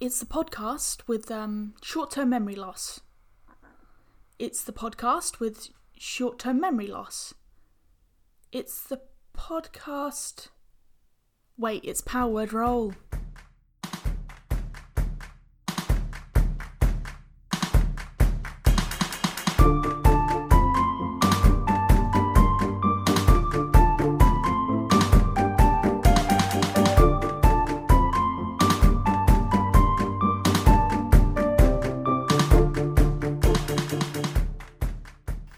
It's the podcast with um, short term memory loss. It's the podcast with short term memory loss. It's the podcast. Wait, it's Power Word Roll.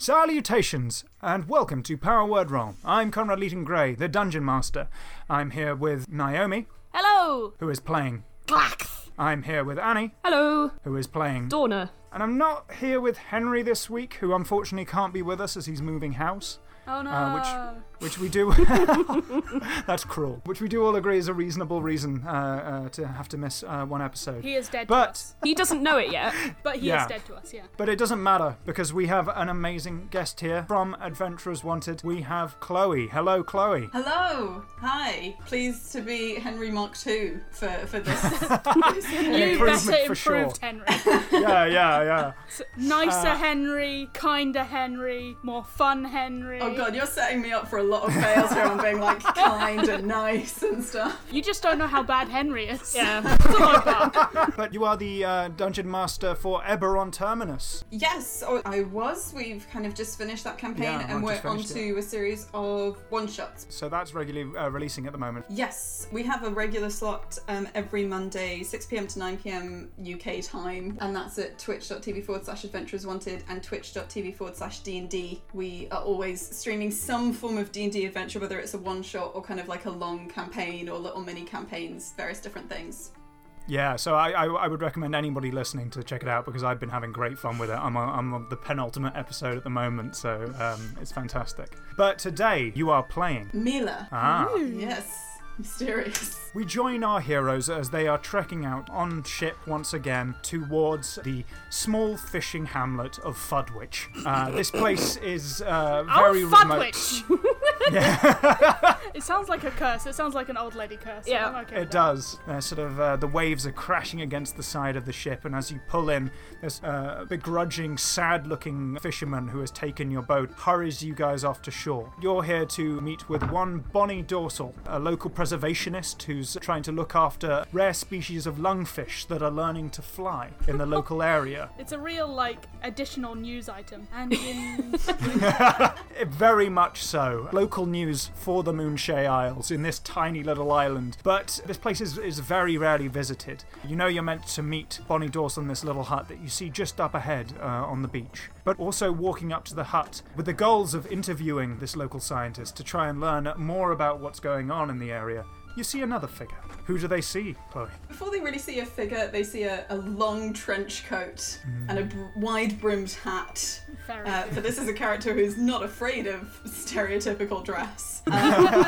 Salutations and welcome to Power Word Roll. I'm Conrad Leeton Gray, the Dungeon Master. I'm here with Naomi, Hello! who is playing. Glax! I'm here with Annie, Hello! who is playing. Dorna. And I'm not here with Henry this week, who unfortunately can't be with us as he's moving house, Oh no! uh, which which we do. That's cruel. Which we do all agree is a reasonable reason uh, uh, to have to miss uh, one episode. He is dead to But- us. He doesn't know it yet. But he Yeah. is dead to us, yeah. But it doesn't matter because we have an amazing guest here from Adventurers Wanted. We have Chloe. Hello, Chloe. Hello, hi. Pleased to be Henry Mark II for, for this. You improvement better for improved, sure. Uh. Henry. yeah, yeah, yeah. Nicer Henry, kinder Henry, more fun Henry. oh god, you're setting me up for a lot of fails here on being like kind and nice and stuff. You just don't know how bad Henry is. yeah. Something like that. But you are the uh, dungeon master for Eberron Terminus. Yes, or I was. We've kind of just finished that campaign Yeah, I and we're just on finished to a series of one shots. So that's regularly uh, releasing at the moment. Yes, we have a regular slot um, every Monday, 6 pm to 9 pm UK time, and that's at twitch.tv forward slash adventurers wanted and twitch.tv forward slash D&D. We are always streaming some form of D&D adventure, whether it's a one shot or kind of like a long campaign or little mini campaigns, various different things. Yeah, so I, I, I would recommend anybody listening to check it out because I've been having great fun with it. I'm on, I'm on the penultimate episode at the moment, so um, it's fantastic. But today you are playing. Mila. Ah. Yes, mysterious. We join our heroes as they are trekking out on ship once again towards the small fishing hamlet of Fudwich. Uh, this place is uh, Oh, very remote. Fudwich! it sounds like a curse. It sounds like an old lady curse. Yeah. I'm okay It with that. does. Uh, sort of uh, the waves are crashing against the side of the ship, and as you pull in, this uh, begrudging, sad-looking fisherman who has taken your boat hurries you guys off to shore. You're here to meet with one Bonnie Dorsal, a local preservationist who's trying to look after rare species of lungfish that are learning to fly in the local area. It's a real, like, additional news item. And in It- very much so. Local news for the Moonshay Isles in this tiny little island. But this place is, is very rarely visited. You know you're meant to meet Bonnie Dawson in this little hut that you see just up ahead uh, on the beach. But also walking up to the hut with the goals of interviewing this local scientist to try and learn more about what's going on in the area. You see another figure. Who do they see, Chloe? Before they really see a figure, they see a, a long trench coat and a br- wide brimmed hat. Fair Uh, enough. but this is a character who's not afraid of stereotypical dress. Um,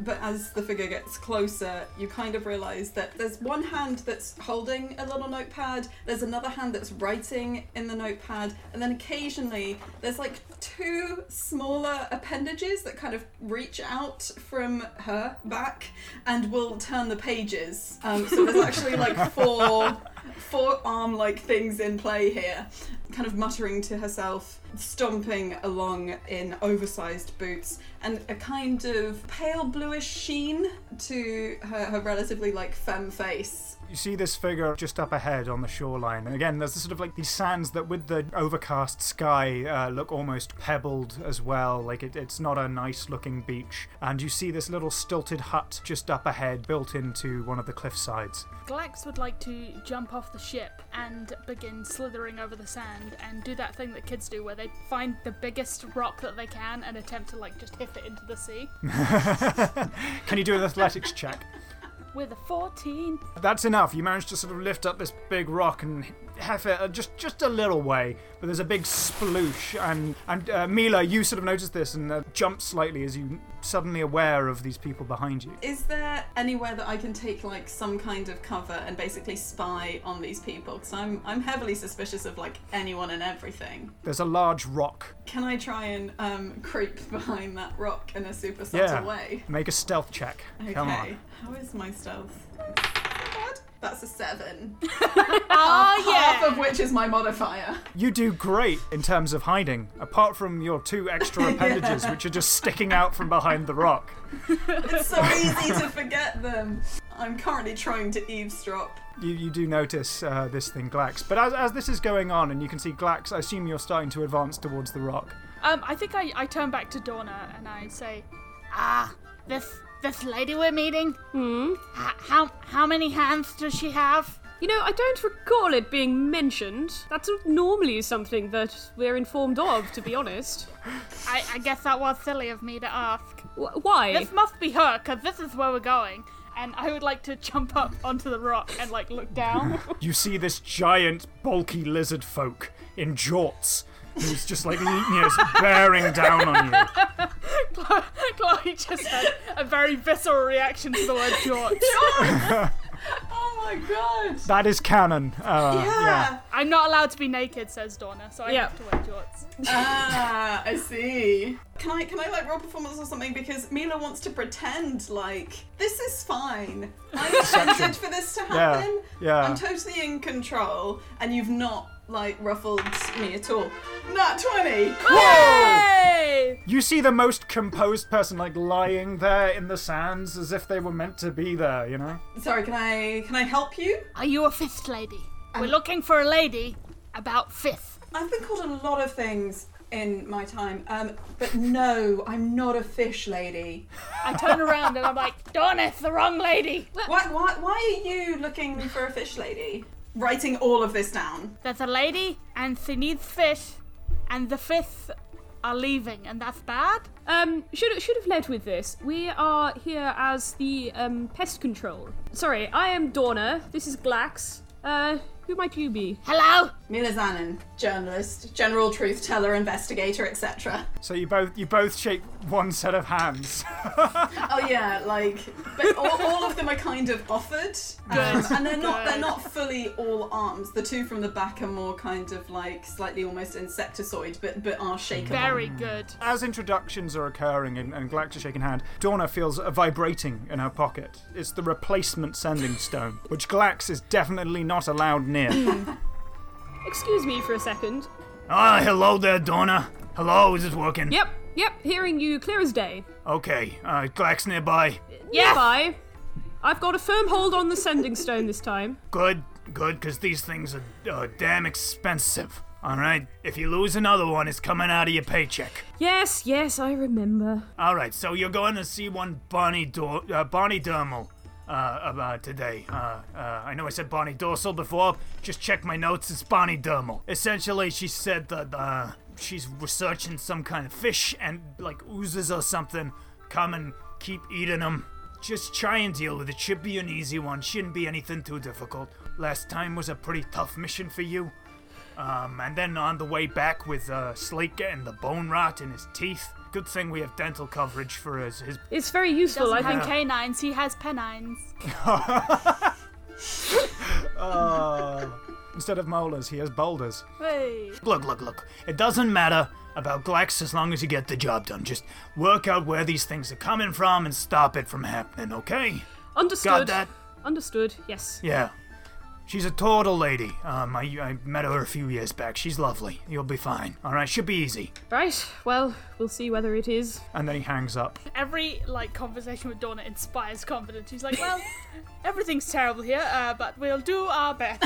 but as the figure gets closer, you kind of realise that there's one hand that's holding a little notepad, there's another hand that's writing in the notepad, and then occasionally there's like two smaller appendages that kind of reach out from her back and will turn the pages. Um, so there's actually like four four arm like things in play here, kind of muttering to herself, stomping along in oversized boots, and a kind of pale bluish sheen to her, her relatively like femme face. You see this figure just up ahead on the shoreline. And again, there's sort of like these sands that, with the overcast sky, uh, look almost pebbled as well. Like it, it's not a nice looking beach. And you see this little stilted hut just up ahead, built into one of the cliff sides. Glax would like to jump off the ship and begin slithering over the sand and do that thing that kids do where they find the biggest rock that they can and attempt to, like, just hit it into the sea. Can you do an athletics check? With a 14. That's enough. You manage to sort of lift up this big rock and hef it uh, just just a little way, but there's a big sploosh. And and uh, Mila, you sort of notice this and uh, jump slightly as you suddenly aware of these people behind you. Is there anywhere that I can take like some kind of cover and basically spy on these people? Because I'm I'm heavily suspicious of like anyone and everything. There's a large rock. Can I try and um, creep behind that rock in a super subtle Yeah. way? Make a stealth check. Okay. Come on. How is my stealth? It's not bad. That's a seven. Ah, Oh, Half yeah. of which is my modifier. You do great in terms of hiding, apart from your two extra appendages, which are just sticking out from behind the rock. It's so easy to forget them. I'm currently trying to eavesdrop. You, you do notice uh, this thing, Glax. But as, as this is going on, and you can see Glax, I assume you're starting to advance towards the rock. Um, I think I, I turn back to Donna and I say, Ah, this this lady we're meeting. Hmm? H- how how many hands does she have? You know, I don't recall it being mentioned. That's not normally something that we're informed of, to be honest. I, I guess that was silly of me to ask. Wh- why? This must be her, cause this is where we're going. And I would like to jump up onto the rock and like look down. You see this giant, bulky lizard folk in jorts who's just like, you know, bearing down on you. Chloe, Chloe just had a very visceral reaction to the word jorts. Oh my god! That is canon. Uh, Yeah! I'm not allowed to be naked, says Donna, so I Yeah. have to wear jorts. Ah, I see. Can I can I like roll performance or something? Because Mila wants to pretend like this is fine. I intended for this to happen. yeah. I'm totally in control, and you've not like ruffled me at all. Not twenty. Hey! You see the most composed person like lying there in the sands as if they were meant to be there, you know? Sorry, can I can I help you? Are you a fifth lady? We're looking for a lady about fifth. I've been called a lot of things in my time, um, but no, I'm not a fish lady. I turn around and I'm like, Donna, it's the wrong lady. Why, why, why are you looking for a fish lady? Writing all of this down. There's a lady and she needs fish, and the fifth are leaving, and that's bad? Um, should should have led with this. We are here as the um, pest control. Sorry, I am Donna. This is Glax. Uh, who might you be? Hello? Mila Zanin, journalist, general truth teller, investigator, etc. So you both you both shake one set of hands. Oh yeah, like, but all, all of them are kind of offered, um, and they're not they're not fully all arms. The two from the back are more kind of like slightly almost insecticoid, but but are shaken. Very good. As introductions are occurring and, and Glax is shaking hand, Donna feels a vibrating in her pocket. It's the replacement sending stone, which Glax is definitely not allowed near. Excuse me for a second. ah, hello there, Donna. Hello, is this working? Yep, yep. Hearing you clear as day. Okay, uh, Glax nearby. Yeah. Bye. I've got a firm hold on the sending stone this time. Good, good, because these things are uh, damn expensive. All right, if you lose another one, it's coming out of your paycheck. Yes, yes, I remember. All right, so you're going to see one Bonnie Dor- uh, Bonnie Dermal uh, about today. Uh, uh, I know I said Bonnie Dorsal before. Just check my notes. It's Bonnie Dermal. Essentially, she said that uh, she's researching some kind of fish and like oozes or something. Come and keep eating them. Just try and deal with it. Should be an easy one. Shouldn't be anything too difficult. Last time was a pretty tough mission for you. Um, and then on the way back with uh, Slate getting the bone rot in his teeth. Good thing we have dental coverage for his. his... It's very useful. I Doesn't think. have canines, he has penines. Instead of molars, he has boulders. Hey. Look, look, look. It doesn't matter about Glax as long as you get the job done. Just work out where these things are coming from and stop it from happening, okay? Understood. Got that? Understood. Yes. Yeah. She's a total lady. Um, I, I met her a few years back. She's lovely. You'll be fine. All right, should be easy. Right. Well, we'll see whether it is. And then he hangs up. Every like conversation with Donna inspires confidence. She's like, well, everything's terrible here, uh, but we'll do our best.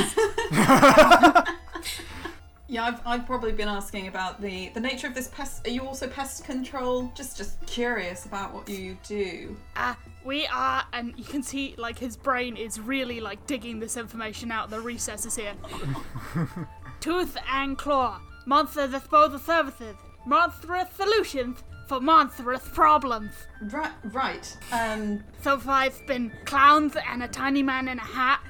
Yeah, I've, I've probably been asking about the the nature of this pest. Are you also pest control? Just just curious about what you do. Uh, we are, and you can see like his brain is really like digging this information out of the recesses here. Tooth and claw, monster disposal services, monstrous solutions for monstrous problems. Right, right. Um, So far, it's been clowns and a tiny man in a hat,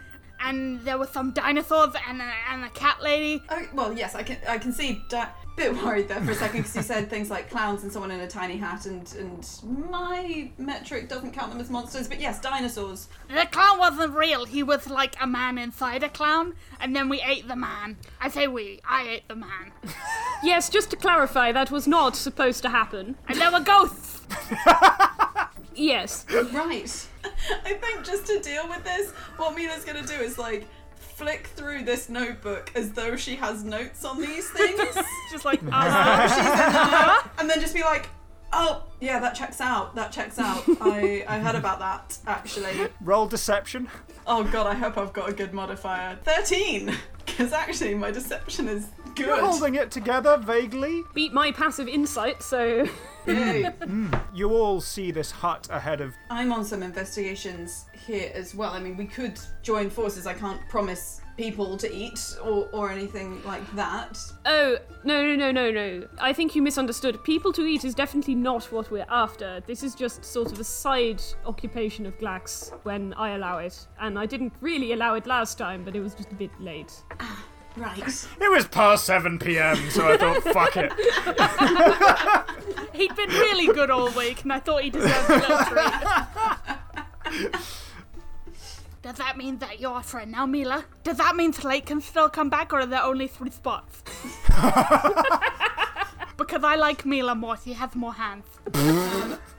and there were some dinosaurs and a, and a cat lady. oh, well, yes, I can I can see. Di- bit worried there for a second because you said things like clowns and someone in a tiny hat, and and my metric doesn't count them as monsters, but yes, dinosaurs. The clown wasn't real. He was like a man inside a clown, and then we ate the man. I say we. I ate the man. Yes. Just to clarify, that was not supposed to happen. And there were ghosts. Yes. Right. I think just to deal with this, what Mina's gonna do is like flick through this notebook as though she has notes on these things, Just like, uh and then just be like, "Oh, yeah, that checks out. That checks out. I I heard about that actually. Roll deception. Oh god, I hope I've got a good modifier. Thirteen, because actually my deception is You're good. holding it together vaguely. Beat my passive insight, so. Yay. You all see this hut ahead of. I'm on some investigations here as well. I mean, we could join forces. I can't promise people to eat or, or anything like that. Oh, no, no, no, no, no. I think you misunderstood. People to eat is definitely not what we're after. This is just sort of a side occupation of Glax when I allow it. And I didn't really allow it last time, but it was just a bit late. Right. It was past 7 p.m., so I thought, fuck it. he'd been really good all week, and I thought he deserved a little treat. Does that mean that you're a friend now, Mila? Does that mean Slate can still come back, or are there only three spots? because I like Mila more. She has more hands.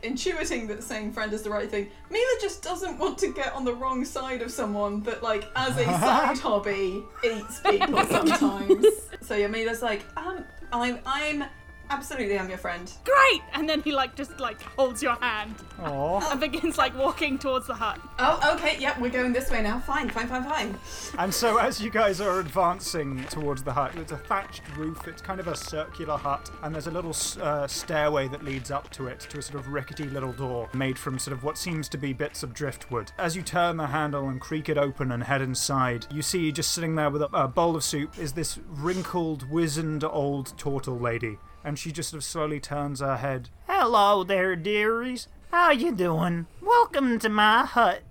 Intuiting that saying friend is the right thing, Mila just doesn't want to get on the wrong side of someone that, like, as a side hobby, eats people sometimes. so yeah, Mila's like, um, I'm, I'm, absolutely, I'm your friend. Great! And then he like just like holds your hand Aww. and begins like walking towards the hut. Oh, okay, yep, we're going this way now. Fine, fine, fine, fine. And so, as you guys are advancing towards the hut, it's a thatched roof. It's kind of a circular hut, and there's a little uh, stairway that leads up to it to a sort of rickety little door made from sort of what seems to be bits of driftwood. As you turn the handle and creak it open and head inside, you see just sitting there with a, a bowl of soup is this wrinkled, wizened old turtle lady. And she just sort of slowly turns her head. Hello there, dearies. How you doing? Welcome to my hut.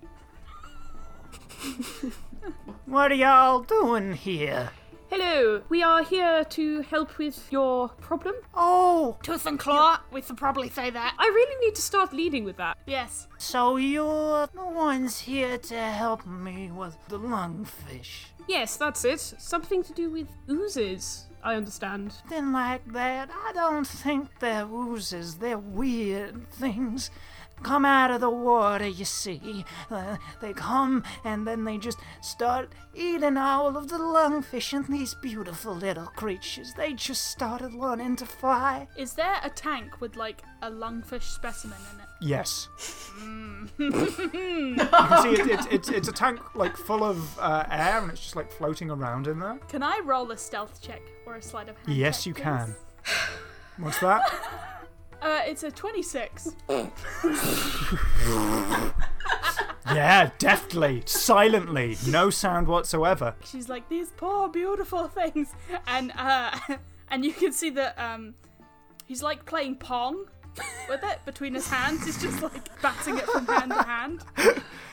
What are y'all doing here? Hello, we are here to help with your problem. Oh, Tooth and claw. We should probably say that. I really need to start leading with that. Yes. so you're the ones here to help me with the lungfish. Yes, that's it. Something to do with oozes, I understand. Something like that. I don't think they're oozes. They're weird things. Come out of the water, you see. Uh, they come and then they just start eating all of the lungfish and these beautiful little creatures. They just started learning to fly. Is there a tank with like a lungfish specimen in it? Yes. you can see it, it's it's it's a tank like full of uh, air and it's just like floating around in there. Can I roll a stealth check or a sleight of hand? Yes, check, you please? can. What's that? Uh, it's a 26. yeah, deftly, silently, no sound whatsoever. She's like these poor beautiful things, and uh, and you can see that um, he's like playing pong with it between his hands. He's just like batting it from hand to hand.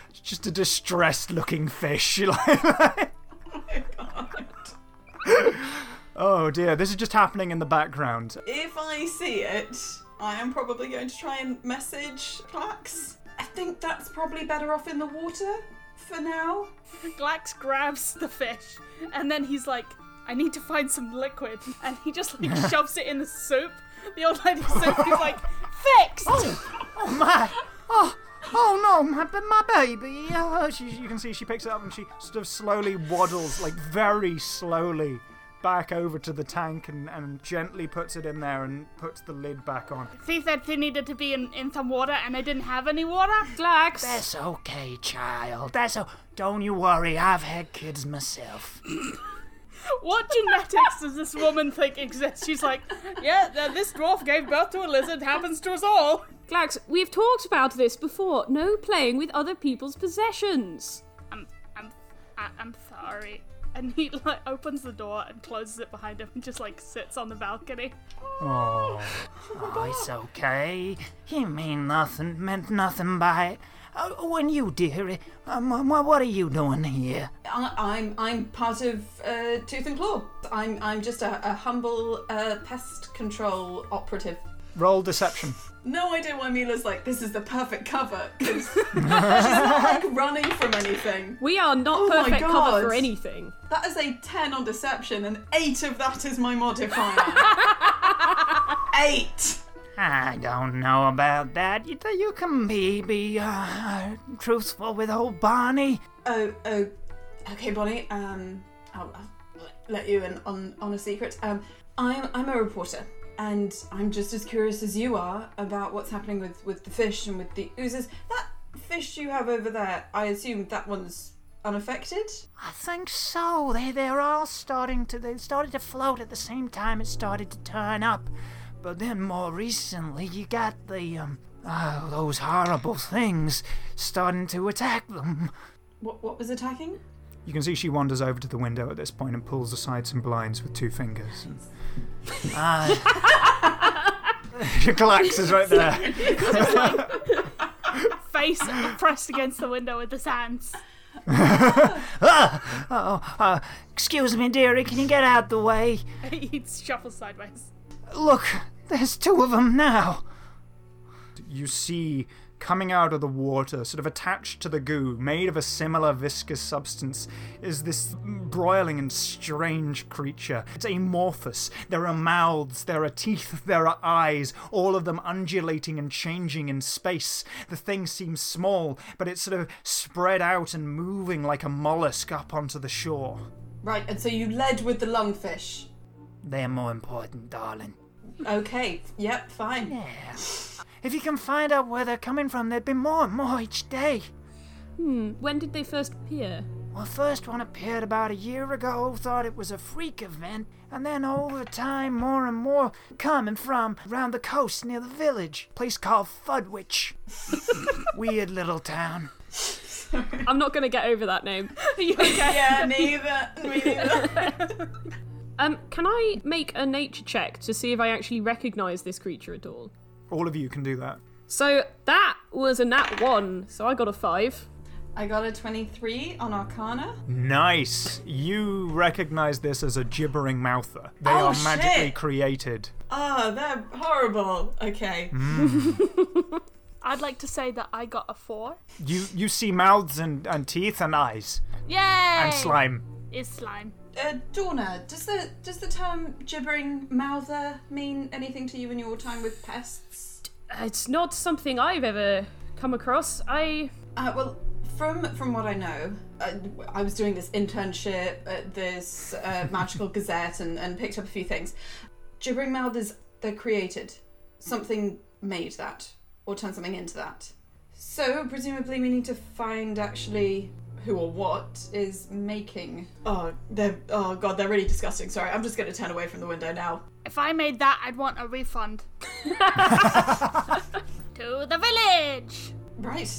It's just a distressed looking fish. You're like, oh dear, this is just happening in the background. If I see it, I am probably going to try and message Plax. I think that's probably better off in the water for now. Glax grabs the fish, and then he's like, I need to find some liquid. And he just like shoves it in the soup. The old lady's soup is like, fixed! Oh my! Oh, oh no, my, b- my baby! Oh, she, you can see she picks it up and she sort of slowly waddles, like very slowly, back over to the tank and, and gently puts it in there and puts the lid back on. She said she needed to be in, in some water, and I didn't have any water. Glax! That's okay, child. That's o Don't you worry. I've had kids myself. What genetics does this woman think exists? She's like, yeah, th- this dwarf gave birth to a lizard, happens to us all. Glax, we've talked about this before. No playing with other people's possessions. I'm, I'm, I- I'm sorry. And he like opens the door and closes it behind him and just like sits on the balcony. Oh. Oh, it's okay. He mean nothing. Meant nothing by it. Oh, and you, dearie. Um, um, what are you doing here? I, I'm I'm part of uh, Tooth and Claw. I'm I'm just a, a humble uh, pest control operative. Roll deception. No idea why Mila's like this is the perfect cover 'cause she's not like running from anything. We are not Oh my perfect cover for God. anything. That is a ten on deception, and eight of that is my modifier. eight. I don't know about that. You, you can be be uh, truthful with old Barney. Oh, oh, okay, Bonnie. Um, I'll, I'll let you in on, on a secret. Um, I'm I'm a reporter, and I'm just as curious as you are about what's happening with with the fish and with the oozes. That fish you have over there, I assume that one's unaffected. I think so. They they're all starting to they started to float at the same time it started to turn up, but then more recently you got the um oh, those horrible things starting to attack them. What what was attacking? You can see she wanders over to the window at this point and pulls aside some blinds with two fingers. I Ah. She collapses right there. Face pressed against the window with his hands. ah, oh, uh, excuse me, dearie. Can you get out the way? he shuffles sideways. Look, there's two of them now. you see coming out of the water, sort of attached to the goo, made of a similar viscous substance, is this broiling and strange creature. It's amorphous. There are mouths, there are teeth, there are eyes, all of them undulating and changing in space. The thing seems small, but it's sort of spread out and moving like a mollusk up onto the shore. Right, and so you led with the lungfish. They're more important, darling. Okay, yep, fine. Yeah. If you can find out where they're coming from, there'd be more and more each day. Hmm, when did they first appear? Well, first one appeared about a year ago, thought it was a freak event, and then over time, more and more coming from around the coast near the village. Place called Fudwich. Weird little town. I'm not gonna get over that name. Yeah, neither. Me neither. Um, can I make a nature check to see if I actually recognise this creature at all? All of you can do that. So that was a nat one, so I got a five. I got a 23 on Arcana. Nice. You recognize this as a gibbering mouther. They Oh, are magically shit. created. Ah, they're horrible. Okay. I'd like to say that I got a four. You you see mouths and, and teeth and eyes Yay! and slime. Is slime. Uh, Dorna, does the does the term gibbering mouther mean anything to you in your time with pests? It's not something I've ever come across. I Uh, well, from from what I know, uh, I was doing this internship at this uh, magical gazette and, and picked up a few things. Gibbering mouthers, they're created. Something made that or turned something into that. So presumably, we need to find actually who or what is making. Oh, they're oh god, they're really disgusting. Sorry, I'm just going to turn away from the window now. If I made that, I'd want a refund. to the village! Right.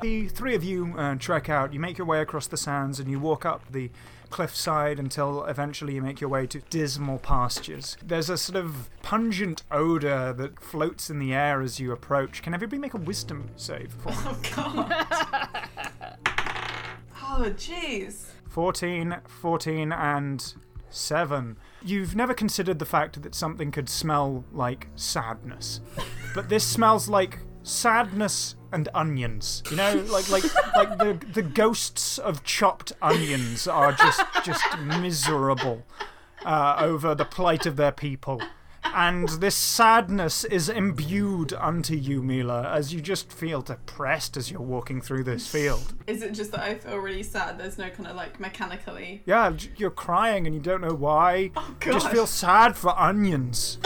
The three of you uh, trek out. You make your way across the sands and you walk up the cliffside until eventually you make your way to dismal pastures. There's a sort of pungent odor that floats in the air as you approach. Can everybody make a wisdom save for me? Oh god. oh jeez. 14, 14, and 7. You've never considered the fact that something could smell like sadness. But this smells like sadness and onions. You know, like like like the the ghosts of chopped onions are just just miserable uh, over the plight of their people. And this sadness is imbued unto you, Mila, as you just feel depressed as you're walking through this field. Is it just that I feel really sad? There's no kind of like mechanically. Yeah, j- you're crying and you don't know why. Oh, you just God. feel sad for onions.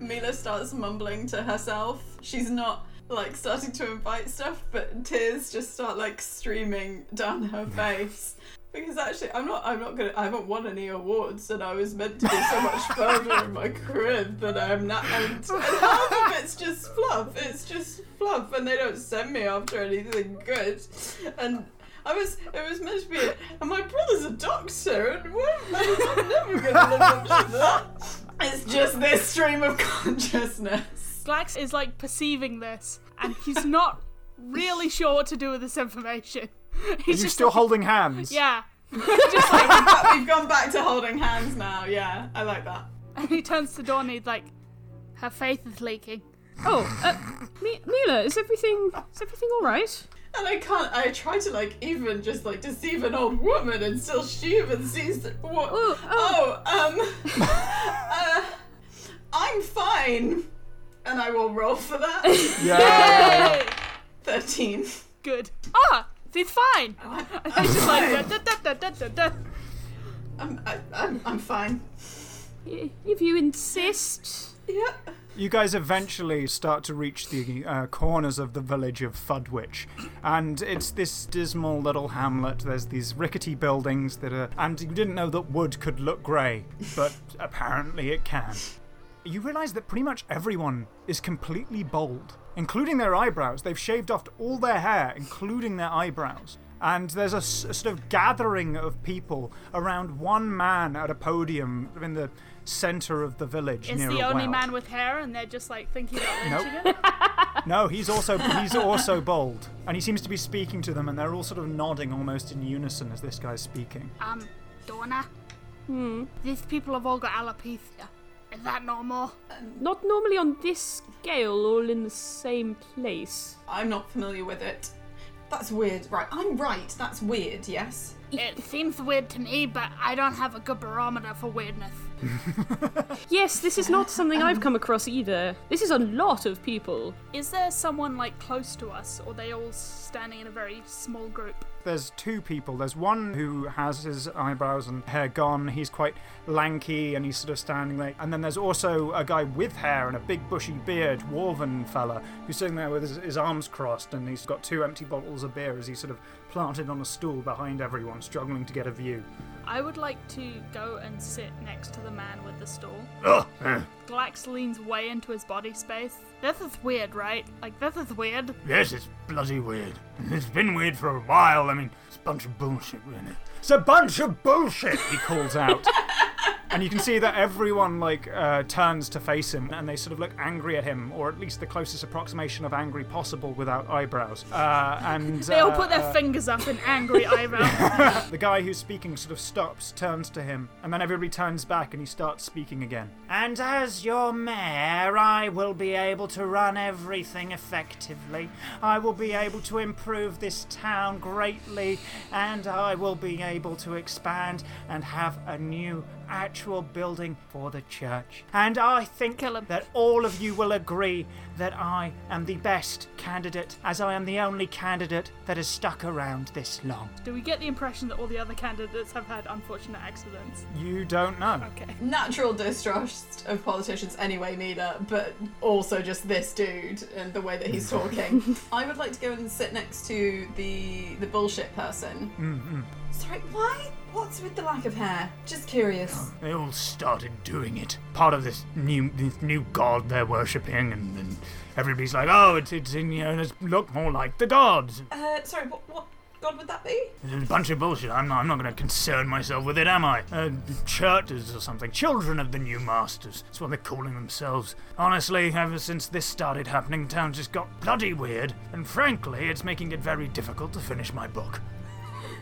Mila starts mumbling to herself. She's not like starting to invite stuff, but tears just start like streaming down her face. Because actually, I'm not. I'm not gonna. I haven't won any awards, and I was meant to be so much further in my career than I am now. And, and half of it's just fluff. It's just fluff, and they don't send me after anything good. And I was. It was meant to be. And my brother's a doctor, and what am I- I'm never gonna live up to that. It's just this stream of consciousness. Glax is like perceiving this, and he's not really sure what to do with this information. Are He's you just still like- holding hands? Yeah. But we've gone back to holding hands now. Yeah, I like that. And he turns to Dawn, he's like, her faith is leaking. oh, uh, Mi- Mila, is everything is everything all right? And I can't. I try to like even just like deceive an old woman, and still she even sees that. What? Ooh, oh. um. uh, I oh, I'm fine. And I will roll for that. Yeah. 13. Good. Ah, it's fine. Oh. I just like da, da, da, da, da, da. I'm, I, I'm, I'm fine. Y- If you insist. Yep. You guys eventually start to reach the uh, corners of the village of Fudwitch, and it's this dismal little hamlet. There's these rickety buildings that are, and you didn't know that wood could look grey, but apparently it can. You realise that pretty much everyone is completely bald, including their eyebrows. They've shaved off all their hair, including their eyebrows. And there's a, s- a sort of gathering of people around one man at a podium in the centre of the village. It's near the a only well. man with hair, and they're just like thinking about Nope. lynching it. No, he's also he's also bold, and he seems to be speaking to them, and they're all sort of nodding almost in unison as this guy's speaking. Um, Donna. Hmm. These people have all got alopecia. Is that normal? Not normally on this scale, all in the same place. I'm not familiar with it. That's weird. Right. I'm right. That's weird, yes? It seems weird to me, but I don't have a good barometer for weirdness. Yes, this is not something I've come across either. This is a lot of people. Is there someone like close to us, or are they all standing in a very small group? There's two people. There's one who has his eyebrows and hair gone. He's quite lanky, and he's sort of standing there. And then there's also a guy with hair and a big bushy beard, dwarven fella, who's sitting there with his, his arms crossed, and he's got two empty bottles of beer as he's sort of planted on a stool behind everyone, struggling to get a view. I would like to go and sit next to the man with the stool. Glax leans way into his body space. This is weird, right? Like, this is weird. Yes, it's bloody weird. It's been weird for a while. I mean, it's a bunch of bullshit, really. It's a bunch of bullshit, he calls out. and you can see that everyone, like, uh, turns to face him and they sort of look angry at him, or at least the closest approximation of angry possible without eyebrows. Uh, and They all uh, put their uh, fingers up in angry eyebrows. the guy who's speaking sort of stops, turns to him, and then everybody turns back and he starts speaking again. And as your mayor, I will be able to run everything effectively. I will be able to improve this town greatly, and I will be able to expand and have a new actual building for the church. And I think Kill him. that all of you will agree that I am the best candidate, as I am the only candidate that has stuck around this long. Do we get the impression that all the other candidates have had unfortunate accidents? You don't know. Natural distrust of politicians anyway, Nina, but also just this dude and the way that he's talking. I would like to go and sit next to the the bullshit person. Mm-hmm. Sorry, why? What's with the lack of hair? Just curious. They all started doing it. Part of this new this new god they're worshipping, and, and everybody's like, oh, it's, it's in, you know, let's look more like the gods. Uh, sorry, what, what god would that be? It's a bunch of bullshit. I'm not, I'm not going to concern myself with it, am I? Uh, churches or something. Children of the new masters. That's what they're calling themselves. Honestly, ever since this started happening, town just got bloody weird. And frankly, it's making it very difficult to finish my book.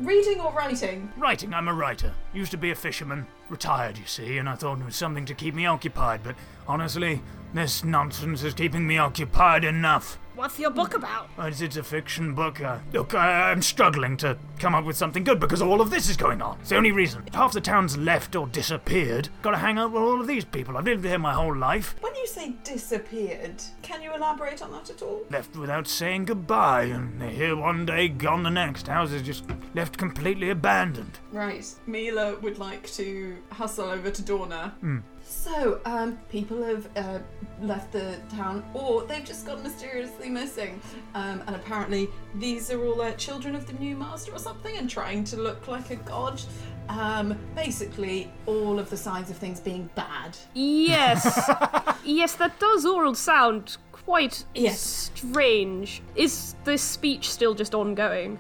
Reading or writing? Writing, I'm a writer. Used to be a fisherman. Retired, you see, and I thought it was something to keep me occupied, but honestly, this nonsense is keeping me occupied enough. What's your book about? It's, it's a fiction book. Uh, look, I, I'm struggling to come up with something good because all of this is going on. It's the only reason. Half the town's left or disappeared. Gotta hang out with all of these people. I've lived here my whole life. When you say disappeared, can you elaborate on that at all? Left without saying goodbye, and they're here one day, gone the next. Houses just left completely abandoned. Right. Mila would like to hustle over to Dorna. So, um, people have uh, left the town, or they've just gone mysteriously missing. Um, and apparently, these are all uh, children of the new master or something, and trying to look like a god. Um, basically, all of the signs of things being bad. Yes. yes, that does all sound quite Yes. strange. Is this speech still just ongoing?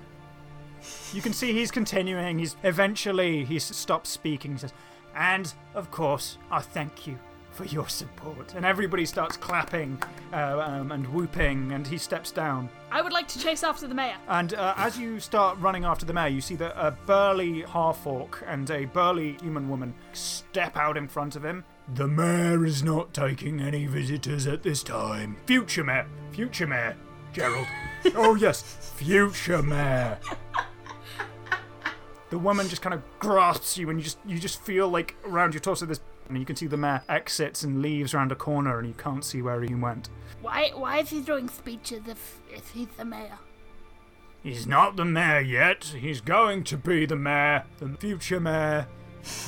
You can see he's continuing. He's eventually he s- stops speaking. He says, "And of course, I thank you for your support." And everybody starts clapping uh, um, and whooping, and he steps down. I would like to chase after the mayor. And uh, as you start running after the mayor, you see that a burly half orc and a burly human woman step out in front of him. The mayor is not taking any visitors at this time. Future mayor. Future mayor. Gerald. oh, yes. Future mayor. The woman just kind of grasps you, and you just you just feel like around your torso there's And you can see the mayor exits and leaves around a corner, and you can't see where he went. Why why is he doing speeches if, if he's the mayor? He's not the mayor yet. He's going to be the mayor. The future mayor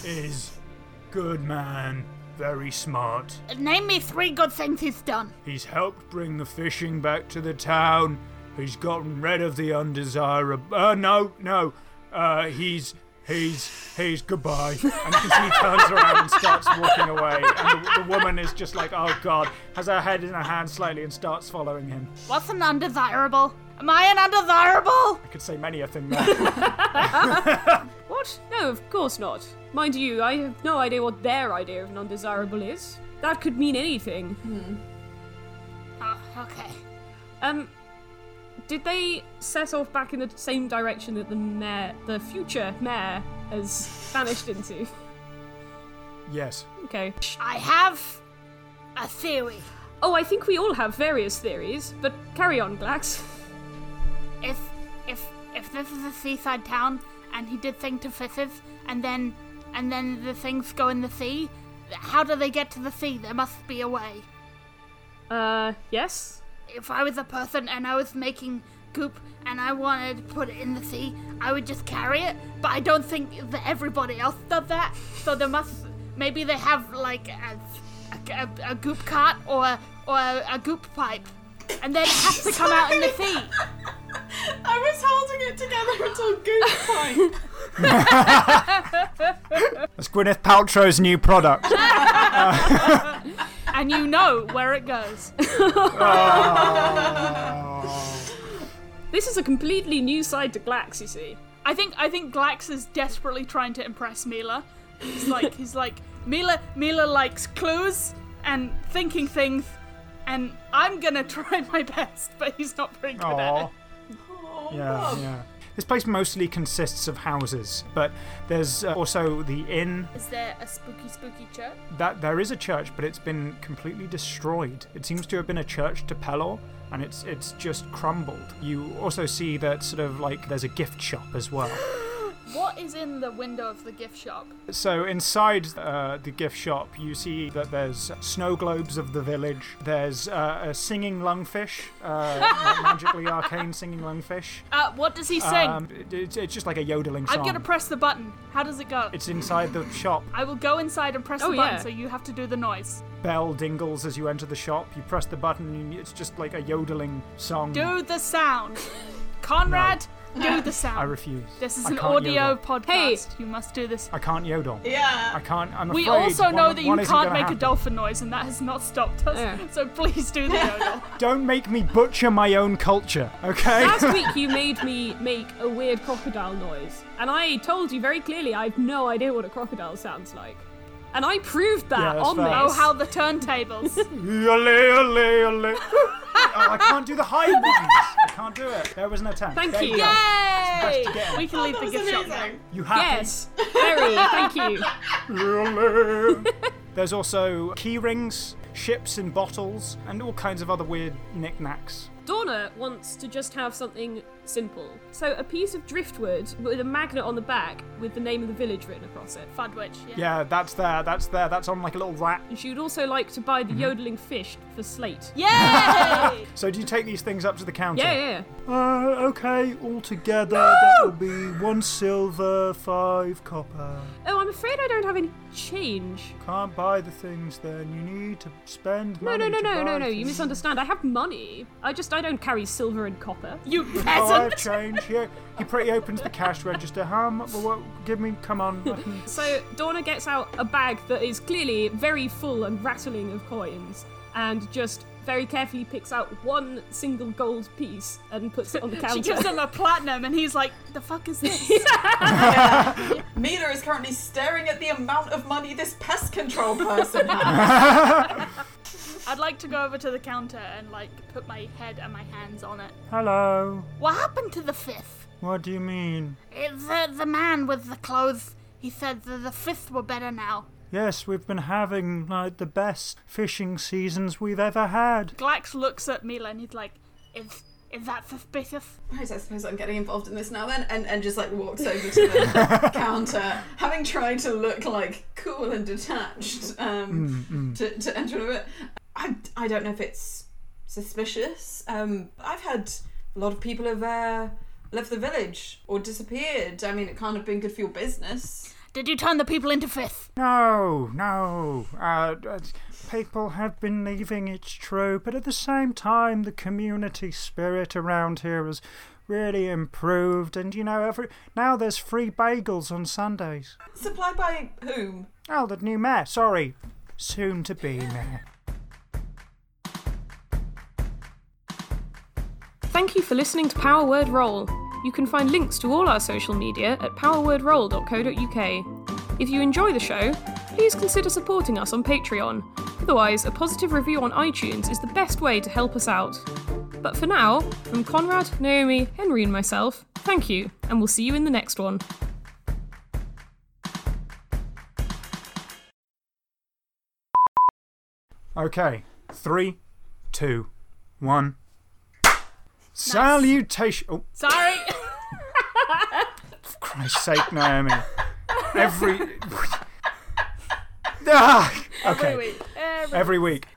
is good man, very smart. Name me three good things he's done. He's helped bring the fishing back to the town. He's gotten rid of the undesirable. Uh, no, no. Uh, he's he's he's goodbye. And you can see he turns around and starts walking away. And the, the woman is just like, oh god, has her head in her hand slightly and starts following him. What's an undesirable? Am I an undesirable? I could say many a thing there. What? No, of course not. Mind you, I have no idea what their idea of an undesirable is. That could mean anything. Oh, okay. Um, did they set off back in the same direction that the mayor, the future mayor, has vanished into? yes. Okay. I have a theory. Oh, I think we all have various theories, but carry on, Glax. if if if this is a seaside town and he did thing to fishes and then and then the things go in the sea how do they get to the sea there must be a way Uh, yes. if i was a person and i was making goop and i wanted to put it in the sea i would just carry it but i don't think that everybody else does that so there must maybe they have like a, a, a goop cart or or a goop pipe and then it has to come out in the sea I was holding it together until Goop point. That's Gwyneth Paltrow's new product. and you know where it goes This is a completely new side to Glax, you see. I think I think Glax is desperately trying to impress Mila. He's like he's like Mila Mila likes clues and thinking things and I'm gonna try my best, but he's not very good at Aw. it. Oh, Yeah, Bob. yeah. This place mostly consists of houses, but there's uh, also the inn. Is there a spooky spooky church? That there is a church, but it's been completely destroyed. It seems to have been a church to Pelor, and it's it's just crumbled. You also see that sort of like there's a gift shop as well. What is in the window of the gift shop? So inside uh, the gift shop, you see that there's snow globes of the village. There's uh, a singing lungfish, uh, magically arcane singing lungfish. Uh, what does he sing? Um, it, it's- it's just like a yodeling song. I'm gonna press the button. How does it go? It's inside the shop. I will go inside and press Oh, the button, yeah. so you have to do the noise. Bell dingles as you enter the shop. You press the button, and it's just like a yodeling song. Do the sound, Conrad. Do the I sound. refuse. this is I an can't audio Yodel. podcast. Hey. You must do this I can't yodel. I Yeah. can't. I'm We afraid also one- know that you one isn't can't gonna make a happen. dolphin noise, and that has not stopped us. Yeah. So please do the yodel. Don't make me butcher my own culture, okay? Last week you made me make a weird crocodile noise, and I told you very clearly I've no idea what a crocodile sounds like. And I proved Yeah, that that's on fair. this. oh, how the turntables! Yole, yole, yole. oh, I can't do the high ones. I can't do it. There was an attempt. Thank There you. you. go. Yay! get it. We can leave the gift shop now. You happy? Yes, very. Thank you. There's also key rings, ships in bottles, and all kinds of other weird knickknacks. Donna wants to just have something simple. So a piece of driftwood with a magnet on the back with the name of the village written across it. Fudwitch. Yeah. Yeah, that's there. That's there. That's on like a little rack. And she would also like to buy the yodeling fish for slate. Yay! So do you take these things up to the counter? Yeah, yeah, yeah. Uh, okay, all together that will be one silver, five copper. Oh, I'm afraid I don't have any change. Can't buy the things then. You need to spend No, no, money no, to no, buy no, no. You things. misunderstand. I have money. I just I don't carry silver and copper. You Oh, I peasant! have change. Yeah, he pretty opens the cash register. How much? What, give me. Come on. I can- So Donna gets out a bag that is clearly very full and rattling of coins, and just very carefully picks out one single gold piece and puts it on the counter. She gives him a platinum, and he's like, "The fuck is this?" Mila is currently staring at the amount of money this pest control person has. I'd like to go over to the counter and like put my head and my hands on it. Hello. What happened to the fifth? What do you mean? It, the uh, the man with the clothes. He said the, the fifth were better now. Yes, we've been having like the best fishing seasons we've ever had. Glax looks at Mila and he's like, "Is Is that suspicious? Right, I suppose I'm getting involved in this now then, and, and just like walks over to the counter, having tried to look like cool and detached um, to, to enter into it. I, I don't know if it's suspicious. Um, I've had a lot of people have uh, left the village or disappeared. I mean, it can't have been good for your business. Did you turn the people into fists? No, no. Uh, uh, people have been leaving, it's true, but at the same time, the community spirit around here has really improved. And you know, every now there's free bagels on Sundays. Supplied by whom? Oh, the new mayor. Sorry, soon to be mayor. Thank you for listening to Power Word Roll. You can find links to all our social media at powerwordroll.co.uk. If you enjoy the show, please consider supporting us on Patreon. Otherwise, a positive review on iTunes is the best way to help us out. But for now, from Conrad, Naomi, Henry, and myself, thank you, and we'll see you in the next one. Okay, three, two, one. Salutation. Oh, Sorry. for Christ's sake, Naomi. Every. ah, okay, wait, wait. Uh, Ah, every week.